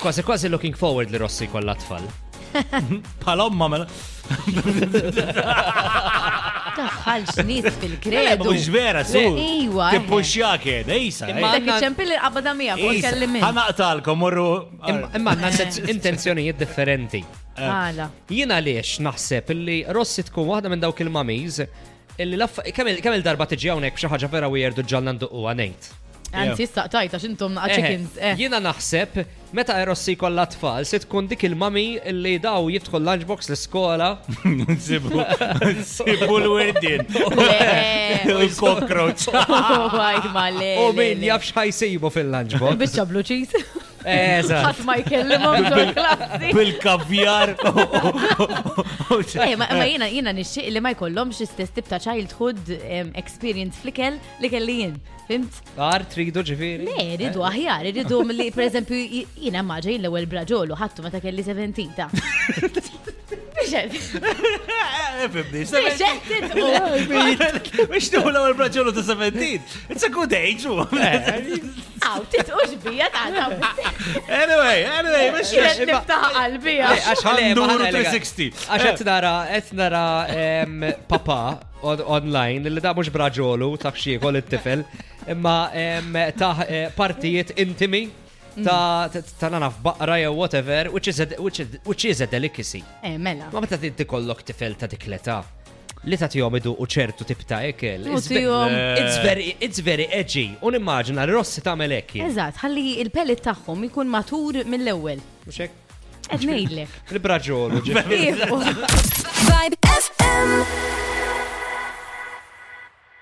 kważi kważi looking forward li Rossi kollha tfal. Palomma mela. Taħħal xnit fil-kredu. Mux Eh, vera, su. Iwa. Tippuxja kien, ejsa. Eh, Imma- Dak iċempil il-qabada mija, Eh, fuq kelli minn. Ħanaqtalkom, morru. Imma imma għandna inten- intenzjonijiet differenti. Għala. Jiena għaliex naħseb illi Rossi tkun waħda minn dawk il-mamiz illi laff kemm il darba tiġi hawnhekk b'xi ħaġa vera weird u ġalna nduqu għanejt. Għanti staqtajta xintom naqqa chickens. eh. Jina naħseb, meta Rossi kollha tfal, se tkun dik il-mami li daw jidħol lunchbox l-iskola. Sibu. eh, Sibu l-wirdin. Eh, Le. Il-cockroach. Għajt ma Eh, le. U min le, le. jafx ħajsibu fil-lunchbox. Eh, Il-bicċa blu cheese. Eżatt. Għat ma jkellimom ġol klassi. Bil-kavjar. oh, Eh, ma ma jina jina nixxieq li ma jkollhomx istess tip ta' childhood em, experience flikel li kelli jien. Fimt? Ar tridu ġifiri. Le, ridu aħjar, ridu li pereżempju j- jiena maġa jien l-ewwel braġolu ħattu meta kelli 17 ta. Biex Fibni, qed Mux tuħla għal braċolu ta' 17. It's a good age. u. Eh, Aw, titqux bija ta' Anyway, Eh, anyway, mux Kienet niftaħ qalbija. Għanduru 360. Għaxet nara, et nara em, papa on- online li da mux braġolu ta' xieħol it-tifel, imma em, ta' eh, partijiet intimi ta' ta- ta' nanaf baqra jew whatever, which is a, which is, which is a delicacy. Eh, mela. Ma meta tinti kollok tifel ta' dik l-età, li ta' tijom idu u ċertu tip ta' ekel. U it's ve- tihom- It's very, it's very edgy. Un immaġina li Rossi ta' melekki. Eżatt, ħalli il-pellet tagħhom ikun matur mill-ewwel. Qed ngħidlek. Il-braġolu. Ifu. Vibe FM.